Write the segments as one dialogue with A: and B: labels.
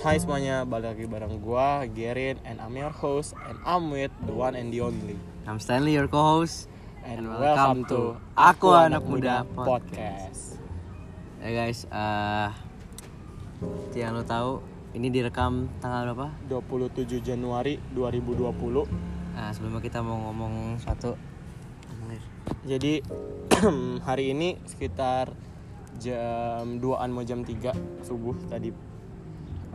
A: Hai semuanya, balik lagi bareng gua, Gerin, and I'm your host, and I'm with the one and the only.
B: I'm Stanley, your co-host.
A: And
B: And
A: welcome,
B: welcome
A: to
B: to Aku Anak Muda
A: Podcast.
B: Ya guys, eh yang lo tahu ini direkam tanggal berapa?
A: 27 Januari 2020.
B: Nah, sebelumnya kita mau ngomong satu.
A: Jadi hari ini sekitar jam 2-an mau jam 3 subuh tadi.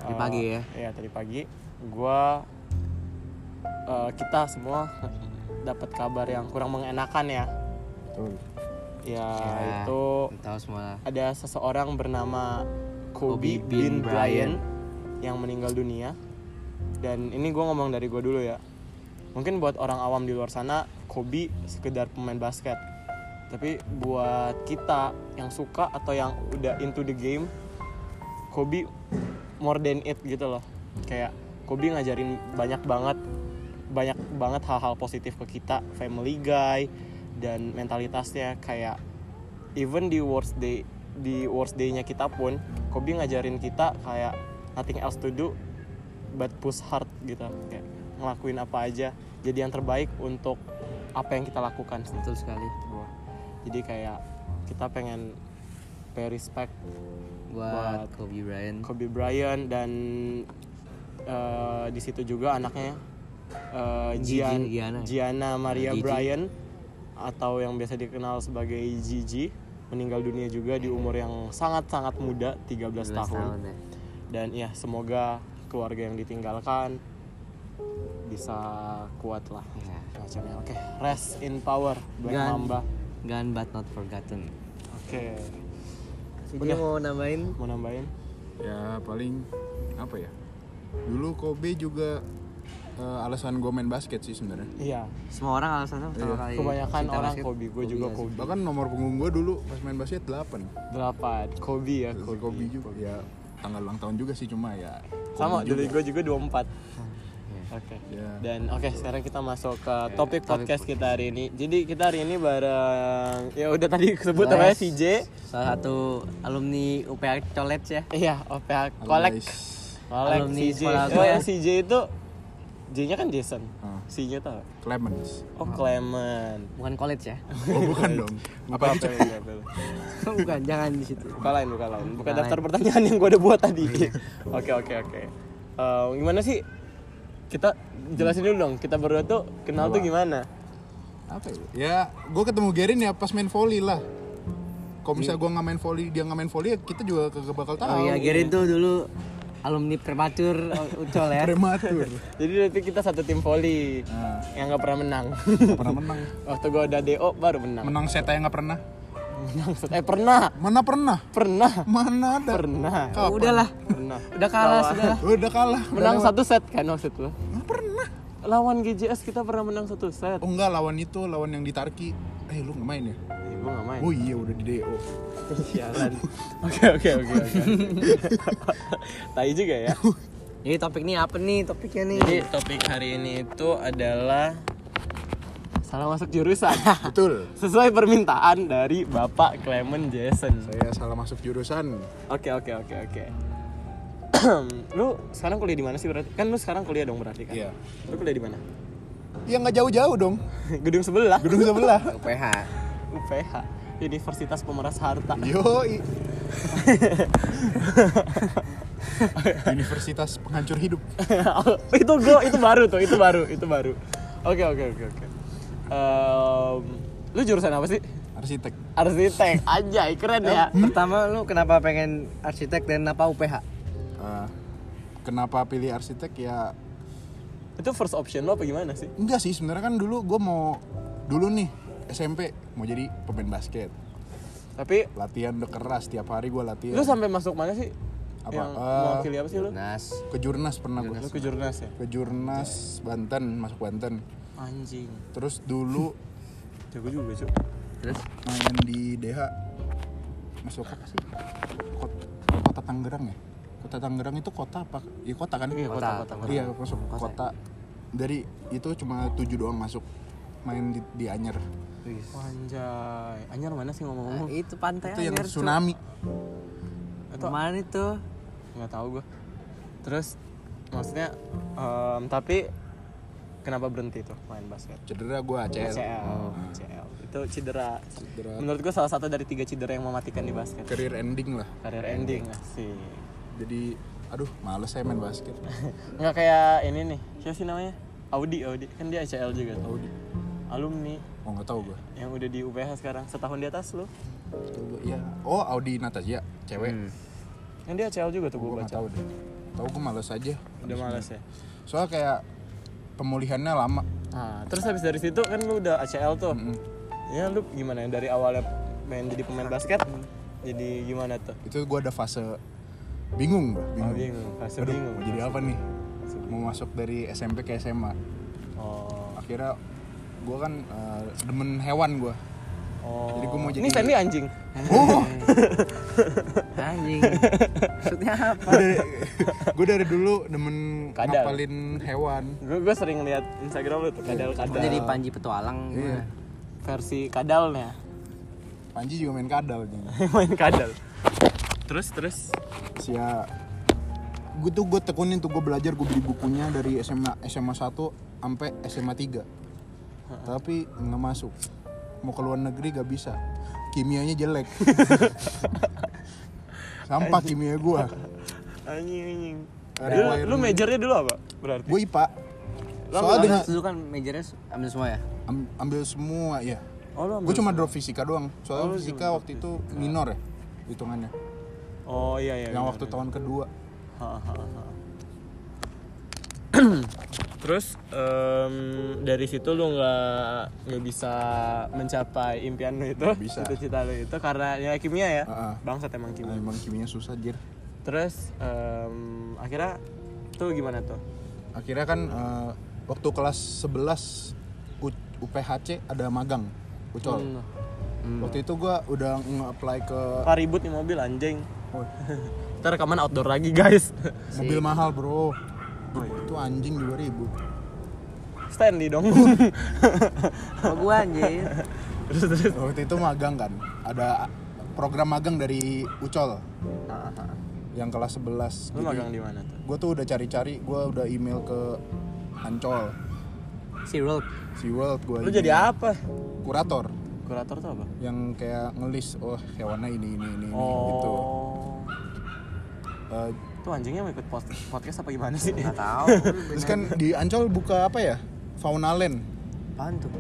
B: Tadi
A: Eh,
B: pagi ya?
A: Iya, tadi pagi gua eh, kita semua dapat kabar yang kurang mengenakan ya.
B: Betul.
A: Ya,
B: Ya.
A: itu
B: Tahu semua. lah.
A: ada seseorang bernama Kobe,
B: Kobe
A: bin,
B: bin
A: Bryant yang meninggal dunia. Dan ini gue ngomong dari gue dulu ya. Mungkin buat orang awam di luar sana, Kobe sekedar pemain basket. Tapi buat kita yang suka atau yang udah into the game, Kobe more than it gitu loh. Kayak Kobe ngajarin banyak banget banyak banget hal-hal positif ke kita, family guy dan mentalitasnya kayak even di worst day di worst day-nya kita pun Kobe ngajarin kita kayak nothing else to do but push hard gitu kayak ngelakuin apa aja jadi yang terbaik untuk apa yang kita lakukan
B: Betul sekali.
A: jadi kayak kita pengen pay respect
B: Buat Kobe Bryant.
A: Kobe Bryant dan eh, di situ juga anaknya eh,
B: Gigi,
A: Gian-
B: Gianna.
A: Gianna Maria
B: Gigi.
A: Bryant atau yang biasa dikenal sebagai Gigi meninggal dunia juga di umur yang sangat-sangat muda 13,
B: 12
A: tahun.
B: ya.
A: Dan ya semoga keluarga yang ditinggalkan bisa kuat lah
B: Ya.
A: macamnya. Oke, rest in power Black
B: Dan-
A: Mamba.
B: Gone but not forgotten.
A: Oke.
B: Jadi mau nambahin
A: Mau nambahin?
C: ya paling apa ya dulu Kobe juga eh, alasan gue main basket sih sebenarnya
A: Iya.
B: semua orang alasannya pertama kali.
A: Kebanyakan
B: cinta
A: orang
B: basket,
A: Kobe, gue juga
B: ya,
A: Kobe.
C: bahkan nomor punggung gue dulu pas main basket 8
A: Delapan. Kobe ya,
C: Si
A: Kobe.
C: Eh, Kobe, juga ya tanggal ulang tahun juga sih cuma ya Kobe
A: Sama,
C: juga.
A: dulu gue juga 24
B: Iya.
A: Oke.
C: Ya.
A: Dan oke, sekarang kita masuk ke topik
B: topik
A: podcast
B: podcast.
A: kita hari ini. Jadi kita hari ini bareng ya udah tadi sebut namanya
B: Guys.
A: si J.
B: Salah satu alumni UPH College ya.
A: Iya, OPA
C: Halo,
A: Kolek.
C: guys.
A: Kolek
B: Alumni
A: si J.
B: sekolah
A: Oh,
B: gua.
A: yang si J itu J-nya kan Jason.
C: Ah.
A: C-nya tuh. apa?
C: Clemens
A: Oh, Clement.
B: Bukan college ya.
C: oh bukan dong apa
A: Buka apa ya, Bel?
B: Bukan, jangan di situ.
A: Buka lain, buka lain. Buka
B: Buka
A: daftar
B: lain.
A: pertanyaan yang gue udah buat tadi. Oke, oke, oke. Eh, gimana sih kita jelasin dulu dong kita berdua tuh kenal tuh gimana
C: apa ya ya gue ketemu Gerin ya pas main volley lah kalau misalnya gue nggak main volley dia nggak main volley ya kita juga kagak bakal tahu
B: Oh iya, Gerin tuh dulu alumni prematur Ucol ya.
C: prematur
A: jadi nanti kita satu tim volley
C: nah,
A: yang nggak pernah menang
C: nggak pernah menang
A: waktu gua udah do baru menang
C: menang set aja nggak pernah
A: menang set- eh pernah
C: mana pernah
A: pernah
C: mana ada
A: pernah
C: Kapan?
B: Udahlah,
A: pernah
B: udah kalah sudah. lah.
C: Oh, udah kalah
A: menang satu set kan maksud lo
C: Nggak pernah.
A: lawan GJS kita pernah menang satu set
C: Oh enggak lawan itu lawan yang di Tarki. Eh lu nggak main ya?
A: eh, gua nggak main
C: Oh iya udah di DO.
A: sialan oke oke oke oke tai juga ya
B: Jadi topik ini apa nih topiknya nih?
A: jadi topik hari ini itu adalah salah masuk jurusan
C: Betul.
A: sesuai permintaan dari Bapak Clement Jason
C: Saya salah masuk jurusan.
A: Oke oke oke oke. lu sekarang kuliah di mana sih berarti? Kan lu sekarang kuliah dong berarti kan?
C: Iya.
A: Lu kuliah di mana?
C: Ya nggak jauh-jauh dong.
A: Gedung sebelah.
C: Gedung sebelah.
B: UPH.
A: UPH. Universitas Pemeras Harta.
C: Yo. Universitas penghancur hidup.
A: itu gua itu baru tuh, itu baru, itu baru. Oke oke oke oke. Em, lu jurusan apa sih?
C: Arsitek.
A: Arsitek. Anjay, keren
B: Iya.
A: ya.
B: Pertama lu kenapa pengen arsitek dan apa UPH?
C: Eh, kenapa pilih arsitek ya?
A: Itu first option lu apa gimana sih?
C: Enggak sih sebenarnya kan dulu gue mau dulu nih SMP mau jadi pemain basket.
A: Tapi
C: Latihan udah keras tiap hari gue latihan.
A: lu sampai masuk mana sih?
C: Iya. Apa?
A: Yang
C: Eh,
A: mewakili apa sih lu?
B: Nas.
C: ke Jurnas pernah
A: Lu
C: gue.
A: ke Jurnas ya?
C: Ke Jurnas Banten, masuk Banten.
A: Anjing.
C: Terus dulu
A: Jago juga, Cuk.
B: Terus
C: main di DH masuk apa sih? Kota, kota Tangerang ya? Kota Tangerang itu kota apa? Iya kota kan?
A: Iya,
B: Kota.
A: kota-kota.
C: Iya, masuk kota. Dari itu cuma tujuh doang masuk main di, di Anyer.
A: Anjay, Anjar mana sih
B: Nah,
A: ngomong-ngomong?
B: itu pantai
C: Itu yang
B: Anyer, Cuk.
C: tsunami.
A: Itu
B: Kemarin itu
A: nggak tahu gue. terus maksudnya em, tapi kenapa berhenti tuh main basket
C: Cedera gue ACL.
A: CL CL itu cedera
C: Oh. Cedera.
A: menurut gue salah satu dari tiga cedera yang mematikan di basket
C: Career ending lah.
A: karir ending sih
C: Jadi aduh males saya main basket.
A: nggak kayak ini nih siapa sih namanya Audi Audi kan dia CL juga tuh
C: Audi.
A: alumni
C: Oh nggak tahu gue.
A: yang udah di UPH sekarang setahun di atas lu
C: Iya. Oh Audi Natasha cewek.
B: Hmm.
A: kan dia CL juga tuh gue
C: Gue nggak
A: baca
C: tahu deh. Tahu gue males aja.
A: udah males ya
C: Soalnya kayak pemulihannya lama.
A: nah, terus habis dari situ kan lu udah ACL tuh
C: Mm-mm.
A: ya lu gimana dari awalnya main jadi pemain basket jadi gimana tuh
C: Itu gue ada fase bingung gue.
A: Oh,
C: Bingung.
A: bingung fase
C: Aduh,
A: bingung
C: mau jadi apa nih?
A: Fase bingung.
C: Mau masuk dari SMP ke SMA.
A: oh
C: Akhirnya gue kan eh, demen hewan gue.
A: oh
C: Jadi gua mau
A: ini
C: jadi-
A: Sandy anjing
C: Oh,
B: Anjing. Maksudnya apa?
C: gue dari, gua dari dulu demen
A: Kadal.
C: ngapalin hewan.
A: gue gue sering lihat Instagram lu tuh kadal
B: Kok
A: kadal
B: jadi Panji Petualang?
C: Iya.
A: versi kadalnya
C: Panji juga main kadal jadi.
A: main kadal terus terus
C: Sia gue tuh gue tekunin tuh gue belajar gue beli bukunya dari SMA SMA 1 sampai SMA 3 tapi nggak masuk mau ke luar negeri gak bisa kimianya jelek sampah kimia gue
A: anjing anjing
C: Ada
A: lu,
C: yang
A: lu
C: lain.
A: majornya dulu apa berarti
C: gue ipa
B: Lo
C: soalnya
B: ambil
C: dengan-
B: dulu kan majornya ambil semua ya?
C: am- ambil semua ya
A: oh lu
C: gue
A: ambil-
C: cuma drop fisika doang
A: Oh,
C: soalnya
A: lu
C: fisika
A: cuma
C: waktu itu minor ya hitungannya
A: oh iya iya
C: yang
A: iya,
C: waktu
A: iya.
C: tahun kedua
A: Ha, ha, ha. Terus em, dari situ lu nggak nggak bisa mencapai impian lu itu,
C: Nggak bisa.
A: cita-cita lu itu karena nilai kimia ya,
C: Ah, ah.
A: bangsat emang
C: Nah,
A: kimia.
C: emang kimia susah jir
A: Terus em, akhirnya tuh gimana tuh?
C: akhirnya kan eh, waktu kelas 11 U- UPHC ada magang ucol
A: Hmm.
C: waktu itu gua udah nge-apply ke
A: Apa ribut nih mobil anjing?
C: Oh,
A: Ntar rekaman outdoor lagi guys.
C: mobil mahal bro itu anjing 2000
A: Stanley dong.
B: Kok gua anjir.
A: terus terus.
C: waktu itu magang kan ada program magang dari ucol yang kelas 11
A: Lu magang di mana tuh?
C: gue tuh udah cari-cari gua udah email ke ancol
B: Si Rolf.
C: SeaWorld gue
A: Lu jadi apa?
C: kurator
A: Kurator tuh apa?
C: yang kayak ngelis oh hewannya ini ini ini, ini gitu
A: Oh.
C: Eh,
A: Tuh anjingnya mau ikut pod- podcast apa gimana sih?
B: Gak tau.
C: terus kan di Ancol buka apa ya fauna land
B: Apaan tuh?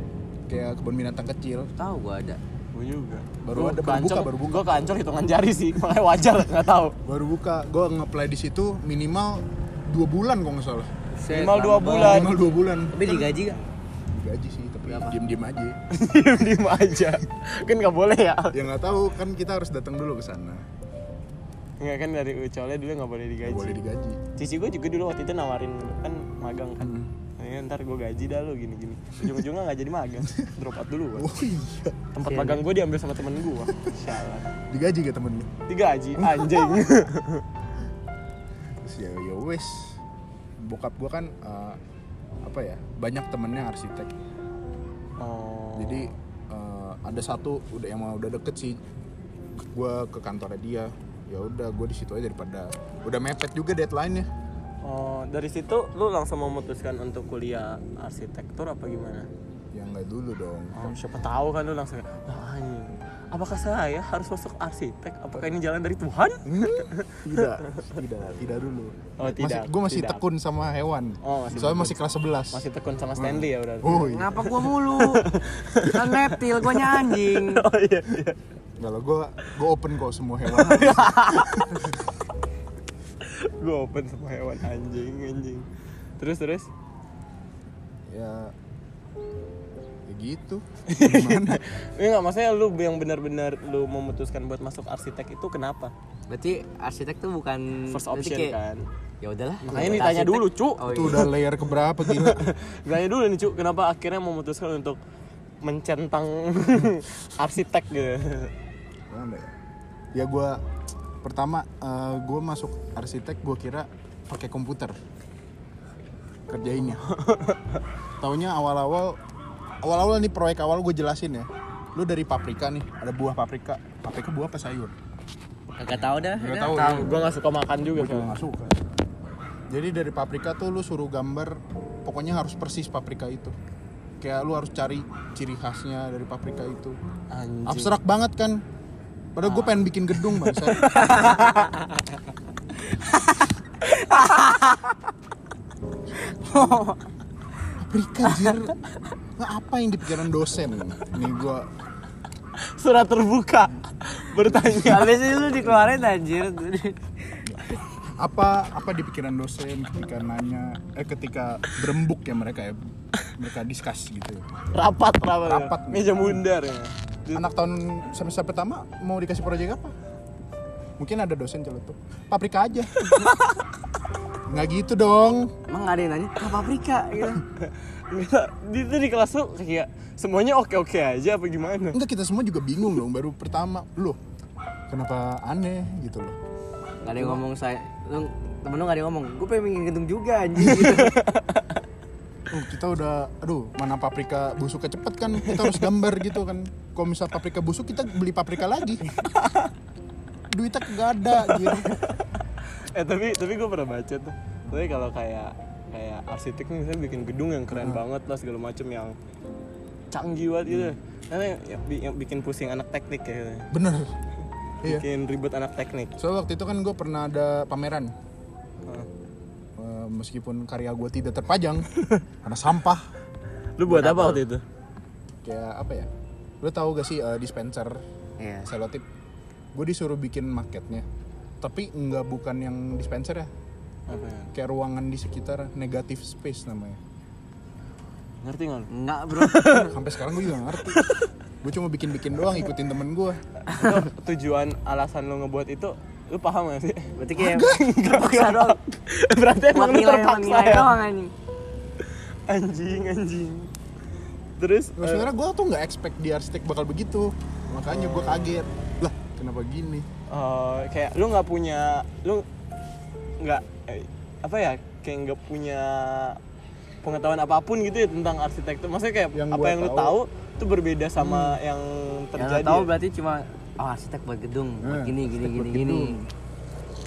C: kayak kebun binatang kecil
B: Tahu gua ada.
A: Gue juga.
C: Baru ada- baru buka, baru buka.
A: Gue ke Ancol hitungan jari sih, makanya wajar nggak tahu.
C: baru buka gue ngeplay di situ minimal dua bulan kok nggak salah
B: Set,
A: Minimal dua
B: lama
A: bulan.
B: banget.
C: minimal dua bulan
B: Tapi digaji gak?
C: gaji sih tapi diem diem aja
A: Diem diem aja. kan nggak boleh ya.
C: ya nggak tahu kan kita harus datang dulu ke sana
A: Enggak kan dari Ucolnya dulu nggak boleh
C: Nggak
A: digaji.
C: boleh digaji
A: Cici gue juga dulu waktu itu nawarin kan magang kan.
C: Hmm.
A: Ya, ntar gue gaji dah lo gini gini. Ujung-ujungnya nggak jadi magang. Drop out dulu gua.
C: oh iya
A: Tempat magang gue diambil sama temen gue. Salah.
C: digaji ke temen lu
A: Digaji anjing.
C: terus ya ya wes bokap gue kan eh, apa ya banyak temennya arsitek
A: oh.
C: jadi eh, ada satu udah yang udah deket sih gue ke kantornya dia ya udah gue di situ aja daripada udah mepet juga deadline nya
A: Oh, dari situ lu langsung memutuskan untuk kuliah arsitektur apa gimana?
C: ya nggak dulu dong
A: Oh, siapa tahu kan lu langsung "Wah, anjing. Apakah saya harus masuk arsitek? Apakah ini jalan dari Tuhan?
C: tidak tidak tidak dulu
A: Oh, tidak,
C: gue masih
A: tidak.
C: tekun sama hewan
A: Oh, masih
C: soalnya
A: tekun.
C: masih kelas 11
A: Masih tekun sama Stanley ya berarti.
C: oh iya
B: Ngapa gua mulu? Kan reptil, gua anjing.
A: Oh iya. iya.
C: kalau gue gue open kok semua hewan
A: Ya. Gue open sama hewan anjing anjing. Terus terus
C: ya ya gitu gimana
A: Ini Iya nggak maksudnya lu yang benar-benar lu memutuskan buat masuk arsitek itu kenapa?
B: Berarti arsitek tuh bukan
A: First
B: berarti
A: option
B: kayak-
A: kan.
B: Ya udahlah.
A: Makanya
B: Kita
A: ditanya
B: arsitek.
A: dulu, Cu.
B: Oh,
C: itu
B: iya.
C: udah layer keberapa gila
A: Tanya ya dulu nih, Cuk, kenapa akhirnya memutuskan untuk mencentang arsitek gitu.
C: Gimana ya? Ya gue pertama gue masuk arsitek gue kira pakai komputer kerjainnya. Taunya awal-awal awal-awal nih proyek awal gue jelasin ya. Lu dari paprika nih, ada buah paprika. Paprika buah apa sayur?
B: Kagak tahu dah. ya.
C: Nggak
B: udah.
C: tahu.
A: Tahu, iya. gua nggak suka makan juga
C: Gue juga
A: soalnya.
C: nggak suka. Jadi dari paprika tuh lu suruh gambar, pokoknya harus persis paprika itu. Kayak lu harus cari ciri khasnya dari paprika itu.
A: Anjing.
C: Abstrak banget kan? Padahal gue pengen bikin gedung bangsa. paprika jir. Nah, apa yang di pikiran dosen? Nih gue
A: Surat terbuka bertanya.
B: Habis itu lu dikeluarin anjir.
C: apa apa di pikiran dosen ketika nanya eh ketika berembuk ya mereka ya mereka diskus gitu ya.
A: Rapat rapat. ya.
C: Rapat.
A: Meja bundar ya.
C: anak tahun semester pertama mau dikasih proyek apa? Mungkin ada dosen celetuk. Paprika aja. Nggak gitu dong.
B: Emang gak ada yang nanya, "Ah, paprika gitu.
A: Enggak, di- itu di kelas tuh kayak semuanya oke-oke aja apa gimana?
C: Enggak kita semua juga bingung dong baru pertama. Loh, kenapa aneh gitu loh.
B: Gak ada yang ngomong saya. Lu temen lu gak ada yang ngomong, gue pengen bikin gedung juga anjir.
C: Oh, kita udah aduh, mana paprika busuknya cepet kan. Kita harus gambar gitu kan. Kalau misal paprika busuk kita beli paprika lagi. Duitnya kagak ada gitu.
A: Eh tapi tapi gue pernah baca tuh. Tapi kalau kayak kayak arsitek nih misalnya bikin gedung yang keren banget lah segala macem yang canggih banget gitu. Karena yang, yang bi- yang bikin pusing anak teknik ya. gitu.
C: Bener. Iya.
A: Bikin ribet anak teknik.
C: Soalnya waktu itu kan gue pernah ada pameran
A: Heeh.
C: Eh, meskipun karya gue tidak terpajang karena sampah
A: Lu buat apa waktu itu?
C: kayak apa ya lo tahu gak sih eh, dispenser
B: Iya.
C: selotip gue disuruh bikin marketnya tapi nggak bukan yang dispenser ya
A: Apa ya?
C: kayak ruangan di sekitar negative space namanya
A: Ngerti nggak? lu?
B: Enggak, Bro.
C: sampai sekarang gue juga nggak ngerti gue cuma bikin bikin doang ikutin temen gue
A: Itu tujuan alasan lu ngebuat itu lu paham gak sih?
B: Berarti kayak terpaksa doang.
A: Berarti
B: Buat
A: emang lu
B: nilai, buat
A: terpaksa
B: nilai
A: ya?
B: doang anjing.
A: Anjing, anjing. Terus eh,
C: Nah, sebenarnya gue tuh nggak expect di arsitek bakal begitu makanya gue kaget lah kenapa gini
A: eh, kayak lu nggak punya lu nggak eh, apa ya kayak nggak punya pengetahuan apapun gitu ya tentang arsitektur maksudnya kayak
C: Yang
A: apa
C: gua
A: yang lu
C: tahu.
A: tahu itu berbeda sama yang
B: Hmm. Yang
A: terjadi ya? Hmm,
B: lu tahu berarti cuma oh arsitek buat gedung, buat
C: Nah,
B: gini gini
C: arsitek
B: gini
C: buat
B: gini.
C: gedung.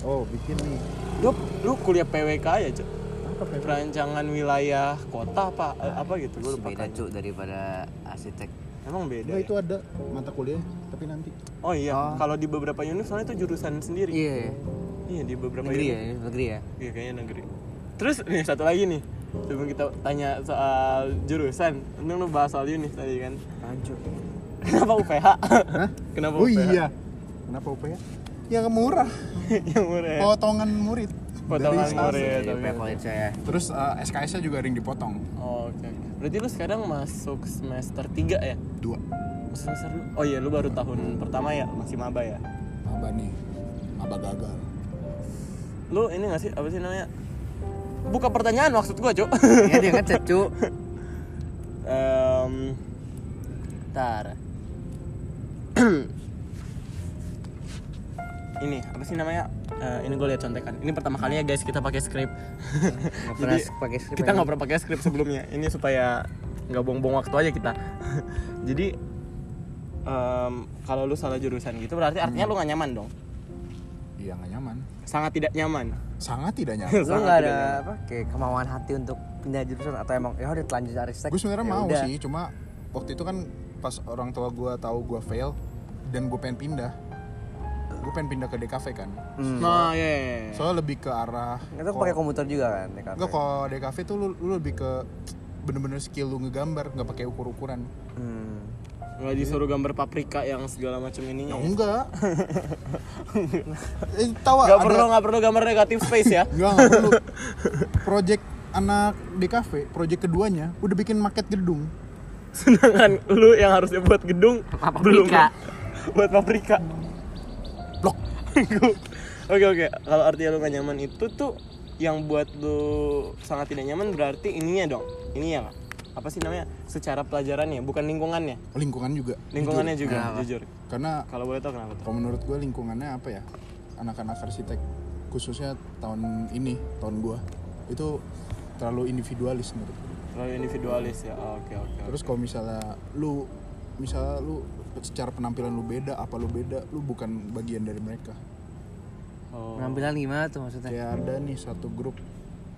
C: oh bikin nih
A: lu, lu kuliah PWK ya cok
C: apa ya?
A: perancangan wilayah kota apa eh, apa gitu gue
B: Terus
A: lupa
B: Ah, beda cu daripada arsitek.
A: emang beda
C: Enggak,
A: ya?
C: itu ada mata kuliah tapi nanti
A: oh iya kalau di beberapa univ soalnya itu jurusan sendiri
B: Ah. Iya,
A: iya di beberapa
B: negeri
A: univ
B: ya, negeri ya.
A: Iya kayaknya negeri. Terus nih satu lagi nih sebelum kita tanya soal jurusan, untung lu bahas soal UNIF tadi kan.
B: Anjir.
A: Kenapa UPH? Kenapa
C: oh
A: UPH?
C: iya kenapa UPH ya murah
A: Yang murah. ya?
C: potongan murid
A: Potongan
C: Dari
A: murah ya
B: Iya,
A: tapi.
B: favorit saya.
C: terus eh, SKS nya juga ring dipotong
A: Oh, Oke. Berarti lu sekarang masuk semester 3 ya?
C: dua
A: Masuk semester lu- Oh iya, lu baru tahun pertama ya, masih maba ya.
C: abah nih abah gagal
A: Lu ini gak sih apa sih namanya? Buka pertanyaan maksud gua, Cuk.
B: Iya dia ngechat cu.
A: Em, Ntar Ini apa sih namanya? Eh, ini gue lihat contekan. Ini pertama kalinya guys kita pakai skrip.
B: Nggak pernah
A: Jadi
B: pakai skrip
A: kita
B: ya.
A: nggak pernah pakai skrip sebelumnya. Ini supaya nggak buang-buang waktu aja kita. Jadi em, kalau lu salah jurusan gitu berarti artinya
B: Hmm.
A: lu nggak nyaman dong.
C: iya nggak nyaman
A: Sangat tidak nyaman.
C: sangat tidak nyaman
B: Lu
A: Sangat tidak
B: nggak ada
A: nyaman.
B: apa kayak kemauan hati untuk pindah jurusan atau emang ya udah telanjut arsitek.
C: gue sebenarnya
B: ya
C: mau
B: udah.
C: sih cuma waktu itu kan pas orang tua gue tahu gue fail dan gue pengen pindah gue pengen pindah ke DKV kan
B: Hmm.
A: Nah, ya.
C: soalnya lebih ke arah
B: Itu pakai komputer juga kan DKV.
C: Enggak kalau DKV tuh lu, lu lebih ke bener-bener skill lu ngegambar nggak pakai ukur-ukuran
B: Hmm.
A: Nggak disuruh gambar paprika yang segala macam
C: Ya
A: ininya.
C: enggak. eh, tahu
A: Gak
C: ada-
A: perlu nggak perlu gambar negatif space ya.
C: Enggak, enggak perlu. Project anak di kafe, project keduanya udah bikin market gedung.
A: Sedangkan lu yang harusnya buat gedung
B: Paprika.
A: belum buat paprika.
C: Blok.
A: Oke oke, kalau artinya lu gak nyaman itu tuh yang buat lu sangat tidak nyaman berarti ininya dong. Ini ya Kak. apa sih namanya? Secara pelajarannya, bukan lingkungannya.
C: Lingkungan juga.
A: Lingkungannya juga jujur.
C: Jujur. Karena
A: Kalau boleh tahu kenapa tuh?
C: kalau menurut gue lingkungannya apa ya? Anak-anak arsitek khususnya tahun ini, tahun gua itu terlalu individualis menurut gua.
A: Terlalu individualis ya. Oh, Oke oke.
C: Terus kalau misalnya lu misalnya lu secara penampilan lu beda, apa lu beda, lu bukan bagian dari mereka.
A: Oh.
C: Iya.
B: Penampilan gimana tuh maksudnya?
C: Kayak ada nih satu grup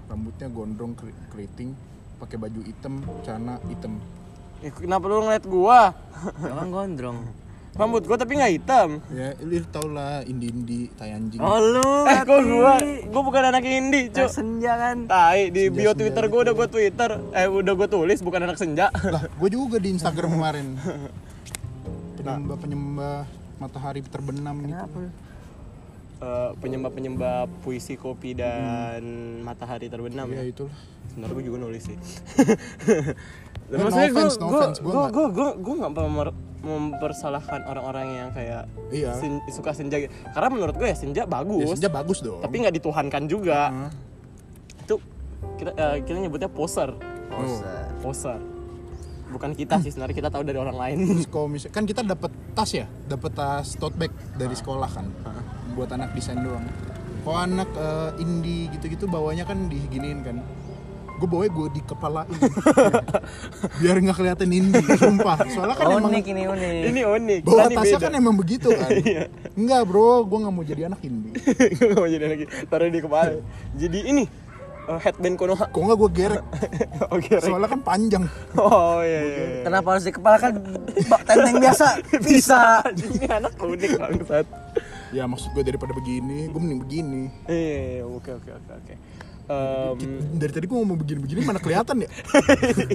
C: rambutnya gondrong keri- keriting pakai baju hitam celana hitam
A: Eh, kenapa lu ngeliat gua?
B: Emang kan gondrong.
A: Rambut gua tapi nggak hitam.
C: ya lu tau lah indi indi tai anjing
B: Oh lu.
A: Eh, kok
B: berarti
A: gua? Gua bukan anak indie,
B: anak
A: cuk.
B: Senja kan.
A: Tai di bio Twitter gua udah gua Twitter, eh udah gua tulis bukan anak senja.
C: lah gue juga di instagram kemarin penyembah penyembah matahari terbenam gitu
B: Kenapa lu?
A: Eh, penyembah-penyembah puisi kopi dan matahari terbenam
C: ya
A: ya.
C: itulah
A: Sebenarnya gue juga nulis sih.
C: No
A: Maksudnya gue
C: offense, no
A: gue
C: offense. Gua
A: gue
C: nggak-
A: gue gue gue nggak memper- mempersalahkan orang-orang yang kayak
C: Iya.
A: sen- suka senja. gitu. Karena menurut gue ya senja
C: ya
A: bagus,
C: senja Hmm. bagus dong
A: tapi nggak dituhankan juga.
C: Hah?
A: Itu kita eh, kita nyebutnya poser,
C: Oh.
B: Buset.
A: poser. Bukan kita sih sebenarnya kita tahu dari orang lain.
C: Terus kalau misal kan kita dapat tas ya, dapat tas tote bag dari sekolah kan, buat anak desain doang. Kalau anak eh, indie gitu-gitu bawanya kan diginiin kan. Gue bawa gue di kepala biar nggak kelihatan indie, sumpah. Soalnya kan emang
B: unik ini unik.
A: Ini unik.
C: bawa
A: kita nih
C: tasnya
A: beda.
C: kan emang begitu kan. Enggak bro, gue nggak mau jadi anak indie.
A: Gue mau jadi lagi taruh di kepala. Jadi ini eh, headband konoha.
C: Kalau nggak gue gerek,
A: Oke. Rek.
C: soalnya kan panjang.
A: Oh iya iya. iya.
B: Kenapa harus di kepala kan bak tenteng biasa bisa.
A: iya. Ini anak unik bangsat.
C: Ya maksud gue daripada begini, gue mending begini.
A: Iya, iya, oke oke oke oke. Em,
C: Dari tadi gue ngomong begini-begini mana kelihatan ya?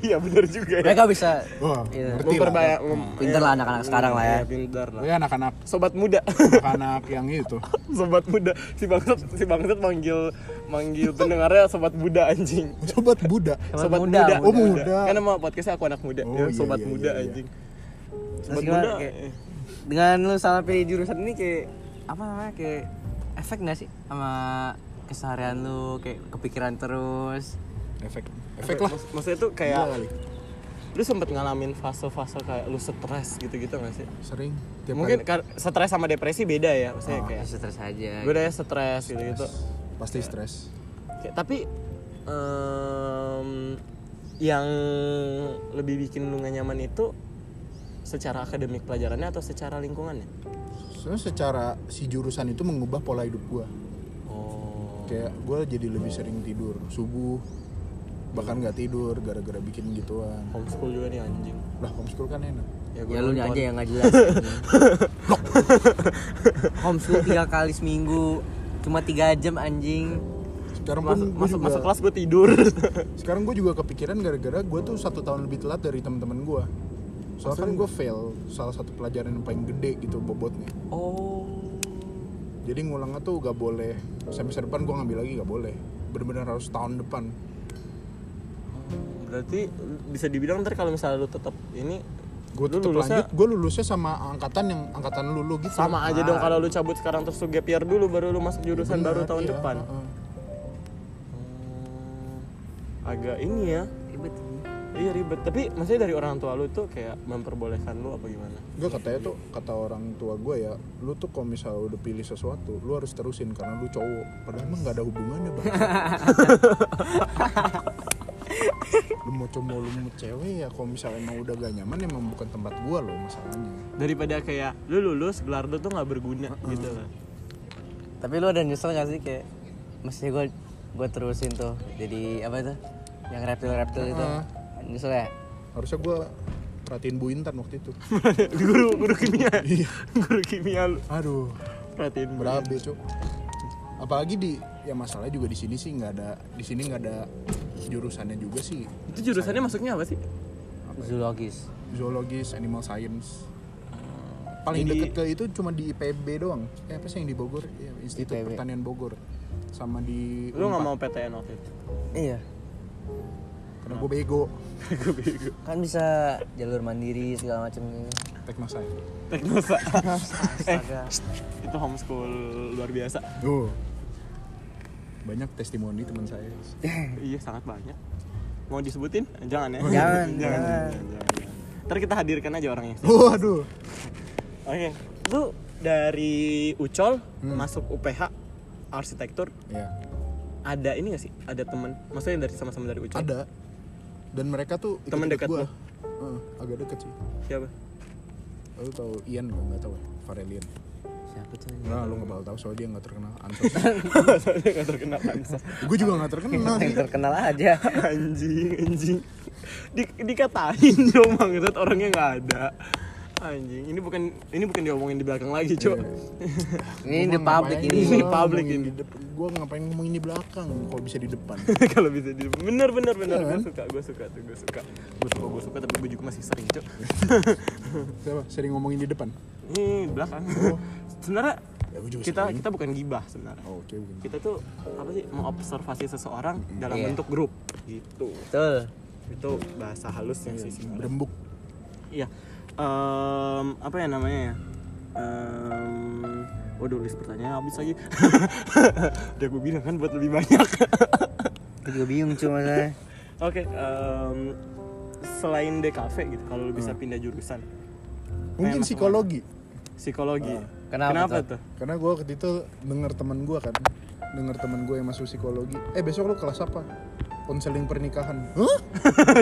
A: iya benar juga ya.
B: Mereka bisa.
C: Wah,
B: Iya.
C: ngerti lah.
A: Memperbaya mem-
B: Pinter lah anak-anak sekarang lah ya.
A: Iya, Pinter lah.
C: Pokoknya anak-anak
A: Sobat muda.
C: anak yang itu.
A: sobat muda. Si bangsat si bangsat manggil manggil pendengarnya sobat muda anjing.
C: Sobat Buddha.
B: Sobat muda, muda.
C: Oh, muda.
A: Kan nama podcastnya aku anak muda.
C: Oh,
A: ya,
C: iya,
A: sobat
C: iya,
A: muda
C: iya, iya.
A: anjing.
B: Terus
A: Sobat
B: gimana,
A: muda.
B: kayak-
A: eh, eh.
B: Dengan lu salah pilih jurusan ini kayak apa namanya kayak efek gak sih sama keseharian lu kayak kepikiran terus.
C: efek efek lah Ya.
A: Maksud- Maksudnya tuh
C: Gila
A: kayak
C: Iya kali
A: lu sempet ngalamin fase-fase kayak lu stres gitu-gitu gak sih?
C: sering tiap
A: Mungkin
C: hari. Ah,
A: kar- stres sama depresi beda ya, maksudnya kayak
B: Bisa terus aja.
A: gue udah stres gitu gitu
C: pasti stres
A: tapi em, yang lebih bikin lu gak nyaman itu secara akademik pelajarannya atau secara lingkungannya
C: Sebenarnya secara si jurusan itu mengubah pola hidup gua
A: oh
C: kayak gua jadi lebih sering tidur subuh bahkan nggak tidur gara-gara bikin gituan
A: homeschool juga nih anjing
C: lah homeschool kan enak
A: gua
B: Ya lu
A: nonton.
B: aja yang gak jelas. gitu. Homeschool tiga kali seminggu cuma tiga jam anjing.
C: sekarang pun
A: masuk
C: gua
A: masuk,
C: juga
A: masuk kelas gue tidur
C: sekarang gua juga kepikiran gara-gara gua tuh satu tahun lebih telat dari teman-teman gua soalnya kan gua fail salah satu pelajaran yang paling gede gitu bobotnya
B: Oh.
C: jadi ngulangnya tuh gak boleh semester depan gua ngambil lagi gak boleh bener-bener harus tahun depan
A: berarti bisa dibilang ntar kalau misalnya lu tetap ini lu
C: gue tetap
A: lulusnya
C: lanjut gue lulusnya sama angkatan yang angkatan lulu gitu
A: sama aja dong kalau lu cabut sekarang terus lu gap year dulu baru lu masuk jurusan
C: Bener,
A: baru tahun
C: iya,
A: depan
C: heeh.
A: Hmm, agak ini ya
B: Ribet.
A: Iya ribet, tapi maksudnya dari orang tua lu tuh kayak memperbolehkan lu apa gimana?
C: gue katanya tuh kata orang tua gue ya lu tuh kalau misalnya udah pilih sesuatu lu harus terusin karena lu cowok padahal emang gak ada hubungannya bang lu mau cowok lu mau cewek ya kalau misalnya emang udah gak nyaman emang bukan tempat gue loh masalahnya
A: Daripada kayak lu lulus gelar lu tuh nggak berguna gitu kan.
B: Tapi lu ada nyesel gak sih kayak mesti gue gue terusin tuh jadi apa itu yang reptil reptil itu nyesel ya
C: harusnya gue perhatiin Bu Intan waktu itu
A: guru guru kimia,
C: Iya.
A: guru kimia lu
C: aduh
A: perhatiin gua.
C: berabe cuk apalagi di ya masalahnya juga di sini sih nggak ada di sini nggak ada jurusannya juga sih
A: Itu jurusannya masuknya apa sih?
B: zoologis
C: zoologis animal science paling
A: Jadi-
C: deket ke itu cuma di IPB doang eh, apa sih yang di Bogor ya, Institut
B: IPB.
C: Pertanian Bogor sama di
A: Lu nggak
C: Unpad.
A: mau PTN waktu itu?
B: iya
C: karena gue bego
A: Gue bego.
B: kan bisa jalur mandiri segala macam gitu
C: teknik saya
A: Teknosa.
B: astaga
A: itu homeschool luar biasa.
C: oh banyak testimoni teman saya
A: iya sangat banyak. Mau disebutin? Jangan ya.
B: Jangan, jangan.
A: jangan. Ntar kita hadirkan aja orangnya.
C: waduh
A: Oke, lu dari Ucol masuk UPH arsitektur
C: ya
A: ada ini gak sih ada temen maksudnya dari sama-sama dari Ucol
C: ada dan mereka tuh ikut-ikut
A: Teman dekat
C: gua.
A: lo?
C: Heeh, agak deket sih
A: siapa
C: Lu tahu Ian nggak nggak tahu ya? Varelian.
B: siapa tuh
C: Nah, lu gak bakal tahu soalnya dia gak terkenal ansos.
A: Soalnya nggak terkena pansos.
C: gue juga gak terkenal
B: yang
C: sih.
B: terkenal aja
A: anjing anjing Di, dikatain dong banget orangnya nggak ada anjing ini bukan ini bukan diomongin di belakang lagi cok
B: ini di public ini
A: Ini public ini.
C: Gue ngapain ngomongin di belakang kalau bisa di depan.
A: kalau bisa di bener bener bener
C: Iya,
A: gue
C: kan?
A: suka gue suka tuh gue suka gue suka gue suka tapi gue juga masih sering cok
C: Siapa? Sering ngomongin di depan.
A: ini di belakang sebenarnya
C: Ya, gua juga
A: kita
C: sering.
A: kita bukan gibah sebenarnya
C: Oh, Oke, bukan.
A: kita tuh apa sih mengobservasi seseorang dalam
B: Iya.
A: bentuk grup gitu
B: betul
A: itu bahasa halusnya sih sebenarnya
C: Berembuk.
A: Iya. Em, apa ya namanya ya? Em, waduh, list pertanyaan habis lagi. Udah gue bilang kan buat lebih banyak.
B: gue juga bingung cuma saya
A: Oke, em, selain DKV gitu, kalau lu bisa pindah jurusan
C: Mungkin
A: Enak,
C: psikologi.
A: psikologi.
B: Kenapa
A: tuh?
C: Karena gue waktu itu denger temen gue kan denger temen gue yang masuk psikologi eh besok lu kelas apa konseling pernikahan Hah?